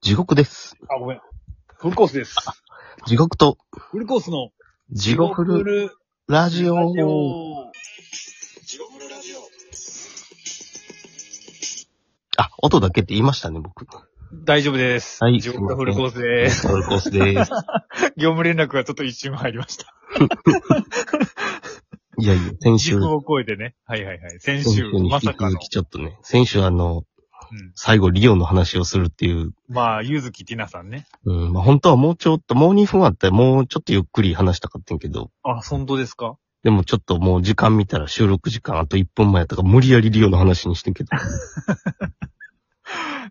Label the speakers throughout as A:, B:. A: 地獄です。
B: あ、ごめん。フルコースです。
A: 地獄と、
B: フルコースの
A: 地獄フル
B: ル
A: ラジオ。
B: ラジオ。
A: あ、音だけって言いましたね、僕。
B: 大丈夫です。
A: はい
B: 地獄フルコースで
A: え
B: す。
A: ー、コース です。
B: 業務連絡がちょっと一瞬入りました。
A: いやいや、先
B: 時
A: 週、
B: 空を超えてね。はいはいはい。先
A: 先週
B: 週、
A: に
B: ま
A: 引き
B: さか
A: 続
B: の。
A: きちょっとね、先週あの、
B: うん、
A: 最後リオの話をするっていう、
B: まあ、ゆずきティナさんね。
A: うん、まあ本当はもうちょっと、もう2分あったらもうちょっとゆっくり話したかったんやけど、
B: あ、本当ですか
A: でもちょっともう時間見たら収録時間あと1分前やったから無理やりリオの話にしてん けど、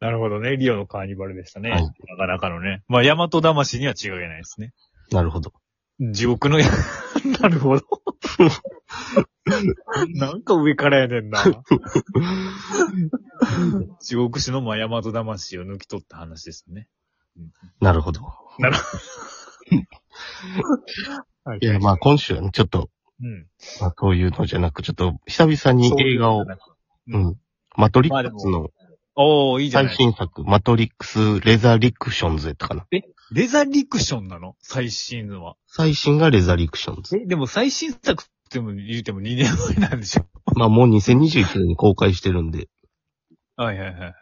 B: なるほどね。リオのカーニバルでしたね。
A: はい
B: なかなかのね。まあ、大和魂には違いないですね。
A: なるほど。
B: 地獄の、 なる ほど。なんか上からやねんな。地獄師のまあ大和魂を抜き取った話ですね。
A: なるほど。
B: はい
A: いや、まあ今週はね、ちょっと、
B: うん。
A: まあそういうのじゃなく、ちょっと久々に映画を、
B: う。
A: うんん、マトリックスの、
B: おー、いいじゃな
A: 最
B: い。
A: 新作、マトリックス・レザリクションズやったかな。
B: レザリクションなの最新のは。
A: 最新がレザリクションズ。
B: え、でも最新作っても言うても2年前なんでしょ。
A: まあもう2021年に公開してるんで、
B: はいはいはいはい。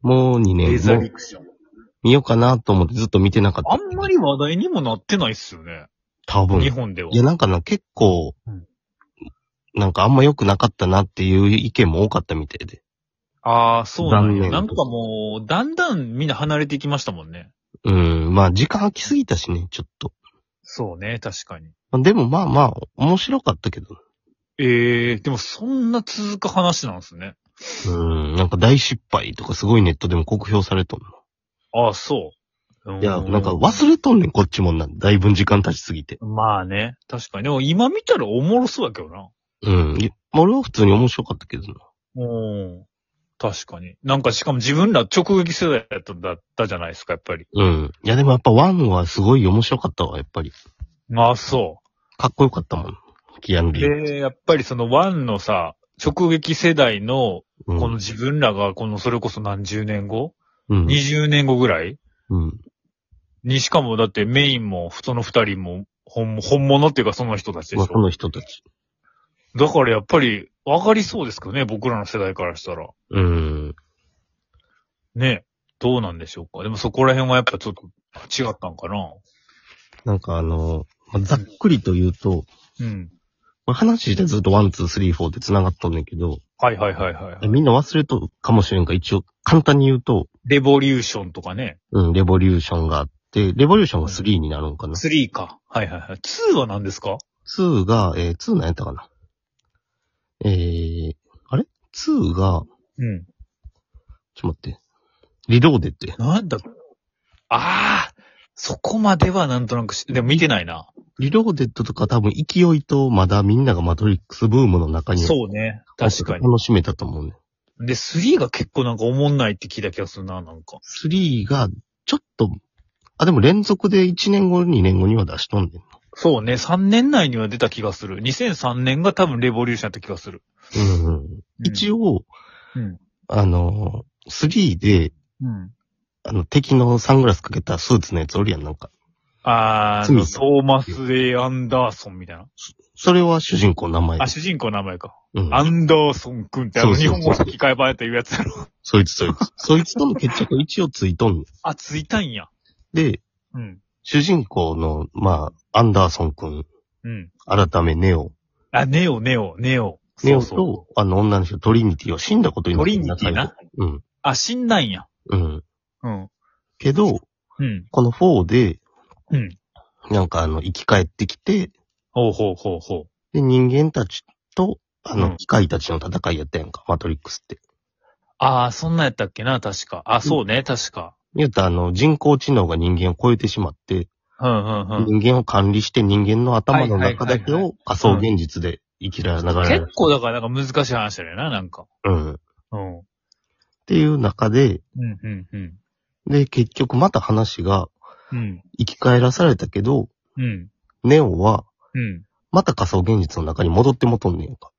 A: もう2
B: レ
A: 年
B: ザ
A: も
B: リクション。
A: 見ようかなと思ってずっと見てなかった。
B: あんまり話題にもなってないっすよね。
A: 多分。
B: 日
A: い
B: 本では。
A: やなんかな、結構
B: うん、
A: なんかあんま良くなかったなっていう意見も多かったみたいで。
B: ああ、そうなん
A: 残
B: や。
A: 念
B: なんかもう、だんだんみんな離れていきましたもんね。
A: うん、まあ時間空きすぎたしね、ちょっと。
B: そうね、確かに。
A: まあでもまあまあ、面白かったけど。
B: ええでもそんな続く話なんですね。
A: うん、なんか大失敗とかすごいネットでも酷評されとんの。
B: ああ、そう。
A: いや、
B: う
A: なんか忘れとんねん、こっちもな。だいぶん時間経ちすぎて。
B: まあね、確かに。でも今見たらおもろそうだけどな。
A: うん。いやまあ俺は普通に面白かったけどな。
B: うん。確かに。なんかしかも自分ら直撃世代だっただったじゃないですか、やっぱり。
A: うん。いやでもやっぱワンはすごい面白かったわ、やっぱり。
B: まあそ
A: かっこよかったもん。キアヌ・
B: う。
A: リーブス。
B: で、やっぱりそのワンのさ、直撃世代の、
A: う
B: この
A: ん。
B: 自分らが、このそれこそ何十年後、
A: うん。
B: ?20 年後ぐらい
A: うん。
B: にしかもだってメインも、その二人も、本本物っていうかその人たちでし
A: まあ、
B: ょ
A: そ。の人たち。
B: だからやっぱり、わかりそうですけどね、僕らの世代からしたら。
A: うん。
B: ね。どうなんでしょうか。でもそこら辺はやっぱちょっと違ったんかな。
A: なんかあの、まあざっくりと言うと、
B: うん。
A: まあ、話してずっとワン、ツー、スリー、フォーって繋がっとんねんけど、
B: はいはいはいはい。
A: みんな忘れとるかもしれんから、一応簡単に言うと、
B: レボリューションとかね。
A: うん、レボリューションがあって、レボリューションが3になるんかな。
B: 3か。はいはいはい。2は何ですか
A: 2が、えー、2なんやったかな。えー、あれ ?2 が、
B: う
A: ち
B: ん。
A: ょっと待って。リローデって。
B: なんだああそこまではなんとなくし、でも見てないな。
A: リローデッドとか多分勢いとまだみんながマトリックスブームの中に
B: そうね。確かに。
A: 楽しめたと思うね。
B: で、3が結構なんか思んないって聞いた気がするな、なんか。
A: 3がちょっと、あ、でも連続で1年後、2年後には出しとんねん。
B: そうね。3年内には出た気がする。2003年が多分レボリューションだった気がする。
A: うんうん、一
B: 応。
A: 応、
B: うん。
A: あのー、3で、
B: うん。
A: あの、敵のサングラスかけたスーツのやつおるやん、なんか。
B: あー、
A: 罪
B: トーマス・エアンダーソンみたいな。
A: それは主人公の名前。
B: あ、主人公の名前か。
A: うん
B: アンダーソン君ってあ
A: そ
B: の
A: うそう
B: 日
A: そう
B: 本語吹き替え版やっていうやつやろ。
A: そいつ、 そいつ。そいつとの決着一応ついとんねん。
B: あ、ついたんや。
A: で、
B: うん。
A: 主人公の、まあ、アンダーソン君、
B: うん。
A: 改めネオ。
B: あ、ネオ、ネオ、ネオ。
A: ネオと、
B: そうそ
A: あの、女の人、トリニティは死んだこと
B: う
A: にな
B: ト
A: って
B: リ
A: るん
B: ニ
A: だ
B: ティな。。
A: 最後
B: あ、死んだんや。
A: うん。うん。
B: うん。
A: けど、
B: うん。
A: この4で、
B: うん。
A: なんかあの、生き返ってきて、
B: ほうほうほうほう。
A: で、人間たちと、あ
B: う
A: の、
B: ん
A: 機械たちの戦いやったやんか、マトリックスって。
B: あー、そんなんやったっけな、確か。あ、そうね、確か。
A: 言うと、あの、人工知能が人間を超えてしまって、
B: うんうんうん。
A: 人間を管理して人間の頭の中だけ
B: はいはいはいは
A: を仮想現実で生きられながらやる
B: 結構だからなんか難しい話だよな、なんか。
A: うん。っ
B: うん。うん
A: ていう中で、
B: うんうん。
A: で、結局また話が
B: うん。
A: 生き返らされたけど、
B: うん。
A: ネオは
B: うん。
A: また仮想現実の中に戻ってもとんねんやんか。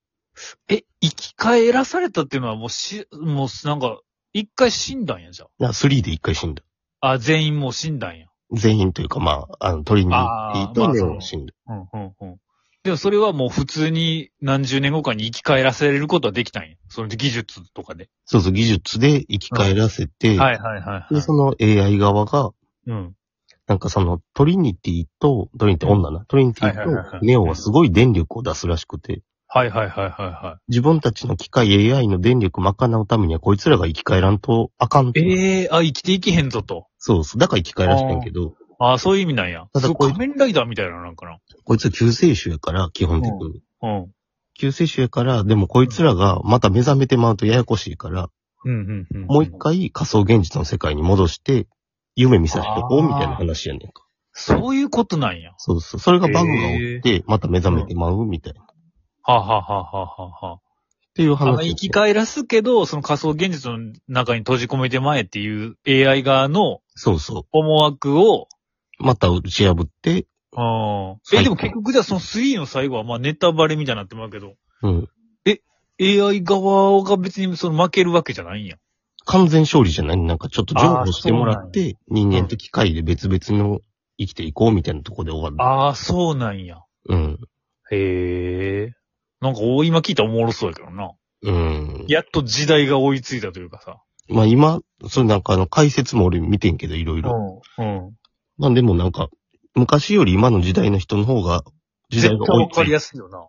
B: え、生き返らされたっていうのはもうし、もうなんか、一回死んだんや、じゃ
A: な、3で一回死んだ。
B: あ。あ、全員もう死んだんや。
A: 全員というか、まあ、あの、鳥に行
B: あ
A: っ
B: ーま
A: て、
B: あ
A: ネ
B: そう
A: オンも死んだ。
B: うん、うん、うん。でもそれはもう普通に何十年後かに生き返らせれることはできたんや。それで技術とかで。
A: そうそう、技術で生き返らせて、
B: はいはいはい、
A: で、
B: はい。
A: その AI 側が、
B: うん。
A: なんかその、トリニティと、トリニティ女な、トリニテ
B: はいはいはい
A: ィ
B: は
A: と
B: い
A: ネオはすごい電力を出すらしくて、
B: はいはいはいはいは
A: 自分たちの機械 AI の電力賄うためにはこいつらが生き返らんとあかんって
B: い。ええあ、生きていけへんぞと。
A: そうそう。だから生き返らしてんけど、
B: ああ、そういう意味なんや。
A: ただ
B: そう
A: こい
B: 仮面ライダーみたいなのなんかな。
A: こいつは救世主やから、基本的に。
B: うん。
A: 救世主やから、でもこいつらがまた目覚めてまうとややこしいから、
B: うんうんうん。
A: もう一。回仮想現実の世界に戻して、夢見させてこうみたいな話やねんか。
B: そういうことなんや。
A: そうそう。それがバグが起きて、また目覚めてまうみたいな。っ
B: はあ、はあはあはあはあはあ。
A: ていう
B: あ
A: 話。
B: 生き返らすけど、その仮想現実の中に閉じ込めてまえっていう AI 側の
A: そうそ
B: 思惑を、
A: う。また打ち破って、
B: あ
A: は
B: え、
A: い
B: でも結局じゃあその3の最後はまあネタバレみたいになってまうけど、
A: うん。
B: AI 側が別にその負けるわけじゃないんや。
A: 完全勝利じゃないなんかちょっと譲歩してもらって、人
B: や
A: 間と機械で別々の生きていこうみたいなとこで終わる。
B: ああ、そうなんや。
A: うん。
B: へえ。なんかお今聞いたらおもろそうやけどな。
A: うん。
B: やっと時代が追いついたというかさ。
A: まあ今、それなんかあの解説も俺見てんけど、いろいろ。
B: ん。うん。
A: まあでもなんか、昔より今の時代の人の方が、時
B: 絶
A: 代
B: 対
A: が追
B: わ
A: いつ
B: か
A: い
B: り
A: て、
B: やすいよな。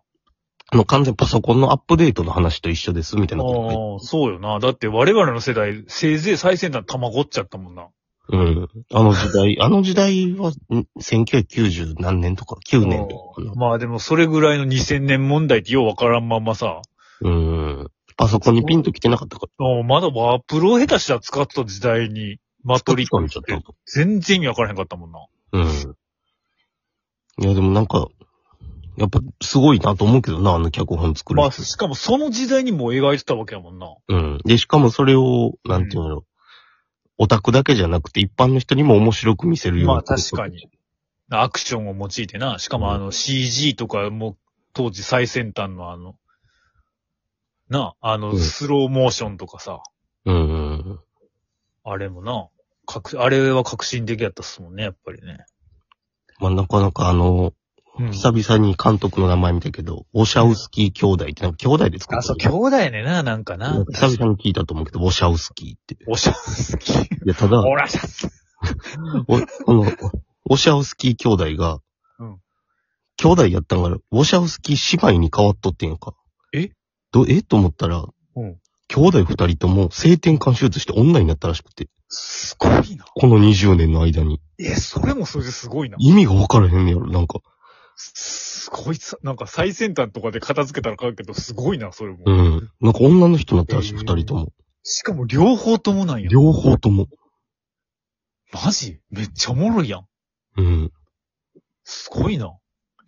A: あの完全パソコンのアップデートの話と一緒です、みたいなこと
B: ああ、そうよな。だって我々の世代、せいぜい最先端たまごっちゃったもんな。
A: で。うん。あの時代、あの時代は、ん1990何年とか、9年とかかな。
B: まあでもそれぐらいの2000年問題ってようわからんまんまさ、
A: うん。パソコンにピンと来てなかったから。
B: もうまだワープロを下手したら使った時代に、マトリッ
A: 使っ
B: ク
A: てたんちゃった
B: 全然意味わからへんかったもんな。
A: うん。いや、でもなんか、やっぱすごいなと思うけどな、あの脚本作る
B: まあ
A: 人。
B: しかもその時代にもう描いてたわけやもんな。
A: うん。で、しかもそれを、なんていうの、ろオタクだけじゃなくて一般の人にも面白く見せるような。
B: まあ確かに。。アクションを用いてな、しかもあの CG とかも当時最先端のあの、な、あ
A: う
B: の
A: ん
B: スローモーションとかさ、
A: うんうん。
B: あれもな、かくあれは革新的やったっすもんね、やっぱりね。
A: まあなかなかあの、
B: うん
A: 久々に監督の名前見たけど、ウォシャウスキー兄弟って、なんか兄弟で作った。
B: あ、そう、兄弟やねんな、なんか
A: な。
B: なん
A: か久々に聞いたと思うけど、ウォシャウスキーって。
B: おしゃすき。
A: いや、ただ、
B: おらしゃす。
A: お、この、オシャウスキー兄弟が、
B: うん
A: 兄弟やったんから、オシャウスキー姉妹に変わっとってんやんか。
B: え
A: ど、えと思ったら、
B: うん
A: 兄弟二人とも性転換手術して女になったらしくて、
B: すごいな。
A: この20年の間に。
B: え、それもそれですごいな。
A: 意味がわからへんねやろ、なんか。
B: すごいさ、なんか最先端とかで片付けたら買うけど、すごいな、それも。
A: うん。なんか女の人になったらしい、
B: へー
A: 二人とも。
B: しかも両方ともなんや。
A: 両方とも。
B: マジめっちゃおもろいやん。
A: うん。
B: すごいな。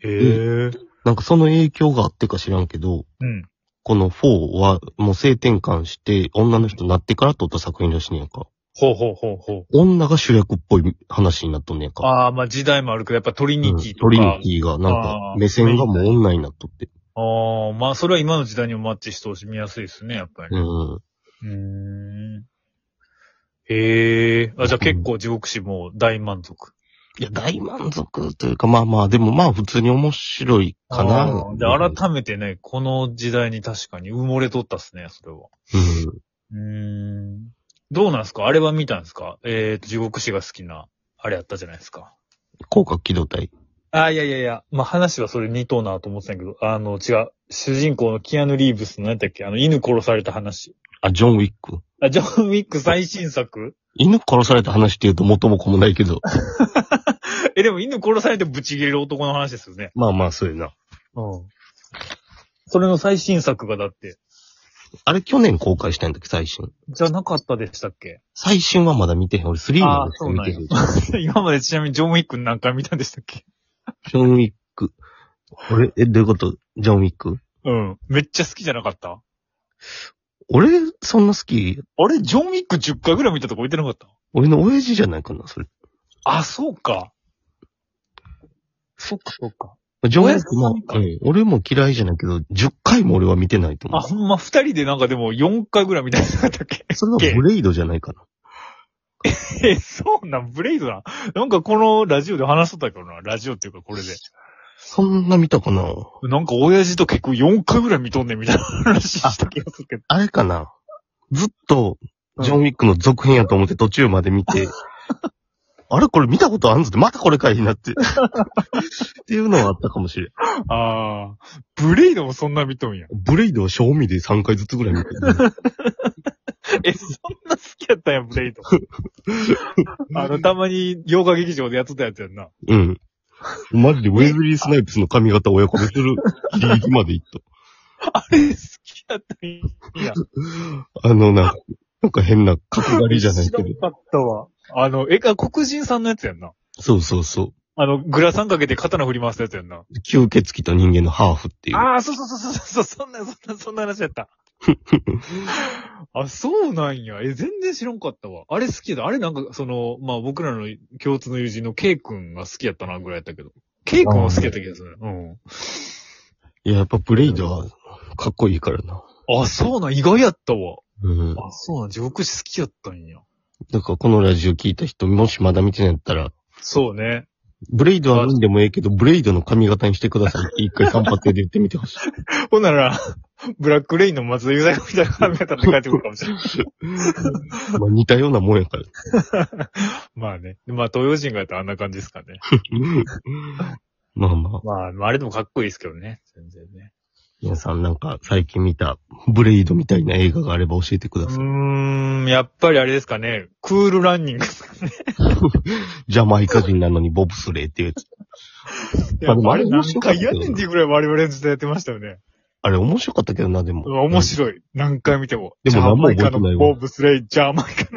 B: へえ。
A: なんかその影響があってか知らんけど、
B: うん。
A: この4はもう性転換して女の人になってから撮った作品らしいねんか。
B: ほうほうほうほう。
A: 女が主役っぽい話になっとんねんか。
B: ああ、まあ時代もあるけど、やっぱトリニティとか。
A: トリニティが、なんか
B: あ、ー
A: 目線がもう女になっとって。
B: ああ、まあそれは今の時代にもマッチしてほしみやすいですね、やっぱり
A: う
B: ね。
A: ん。
B: うーん。へえ。あ、じゃあ結構地獄師も大満足。
A: いや、大満足というか、まあまあ、でもまあ、普通に面白いかな。
B: あーで、改めてね、この時代に確かに埋もれとったっすね、それは。
A: うん。
B: うーん。どうなんすかあれは見たんすかえっ、と、地獄師が好きな、あれやったじゃないですか。
A: 広角機動隊。
B: あーいやいやいや、まあ、話はそれ似とうなと思ってたんやけど、あの、違う。主人公のキアヌ・リーブスの何だっけあの、犬殺された話。
A: あ、ジョン・ウィック。
B: あ、ジョン・ウィック最新作
A: 犬殺された話って言うと元も子もないけど。
B: え、でも犬殺されてブチ切れる男の話ですよね。
A: まあまあ、そうやな。
B: うん。それの最新作がだって、
A: あれ、去年公開したんだっけ、最新。
B: じゃなかったでしたっけ
A: 最新はまだ見てへん。俺、3までしか見てへん。
B: あ
A: ジ
B: 今までちなみにジョン・ウィック何回見たんでしたっけ
A: ョン・ウィック。俺、え、どういうことジョン・ウィック
B: うん。めっちゃ好きじゃなかった
A: 俺、そんな好き
B: あれ、ジョン・ウィック10回ぐらい見たとこ置いてなかった
A: 俺の親父じゃないかな、それ。
B: あ、そうか。そっか、そっか。
A: ジョン・ウィックも
B: おやすみ、か
A: うん、俺も嫌いじゃないけど、10回も俺は見てないと思
B: あ、
A: う。
B: ほんま二人でなんかでも4回ぐらい見たいなかったっけ
A: それがブレイドじゃないかな。
B: え、そうなん、ブレイドなん。なんかこのラジオで話しとったけどな、ラジオっていうかこれで。
A: そんな見たかな
B: なんか親父と結構4回ぐらい見とんねんみたいな話した気がするけど。
A: あれかなずっと、
B: うん
A: ジョン・ウィックの続編やと思って途中まで見 て、あれこれ見たことあんぞって、またこれかいなって。っていうのはあったかもしれん。
B: ああ、ブレイドもそんな見とんや。
A: ブレイドは賞味で3回ずつぐらい見てる。
B: え、そんな好きやったんや、ブレイ ド。あの、たまに洋画劇場でやってたやつやんな。
A: うん。マジでウェズリー・スナイプスの髪型親子でするギリギリまでいった。
B: あれ、好きやったんや。
A: あの、なんか、なんか変な角刈りじゃないけど。
B: 知らんかったわ。あの、え、あ黒人さんのやつやんな。
A: そうそうそ
B: あの、グラサンかけて刀振り回すやつやんな。
A: う。吸血鬼と人間のハーフっていう。
B: ああ、そうそうそうそう、そうそんな、そんな、そんな話や った。あ、そうなんや。え、全然知らんかったわ。あれ好きだ。あれなんか、その、まあ僕らの共通の友人の K 君が好きやったな、ぐらいやったけど。K 君は好きやった気がする。うん。
A: いや、やっぱブレイドはかっこいいからな。
B: あ、そうなん、意外やったわ。
A: うん。
B: あ、そうなん、地獄師好きやったんや。
A: だからこのラジオ聞いた人、もしまだ見てないんやったら、
B: そうね。
A: ブレイドは何でもええけど、ブレイドの髪型にしてくださいって一回散髪で言ってみてほしい。
B: ほんなら、ブラックレインの松田優作みたいな髪型って書いてくるかもしれない。
A: まあ似たようなもんやから。
B: まあね。まあ東洋人がやったらあんな感じですかね。
A: まあまあ、
B: まあ、まああれでもかっこいいですけどね。全然ね。
A: 皆さんなんか最近見たブレイドみたいな映画があれば教えてくだ
B: う
A: さい。
B: ーん、やっぱりあれですかね。クールランニングですかね。
A: ジャマイカ人なのにボブスレーっていうやつ。
B: い
A: や
B: や、
A: でもあ
B: あ
A: れ
B: れ
A: 面
B: 何
A: 白かった
B: 回
A: けど
B: やんねんっていうぐらい我々の時代やってましたよね。
A: あれ面白かったけどな、で
B: うわ
A: も。
B: 面白い。何回見ても。
A: でも
B: ジャマイカ
A: 何も覚えてない
B: の
A: わ
B: ボブスレイ、ジャマイカの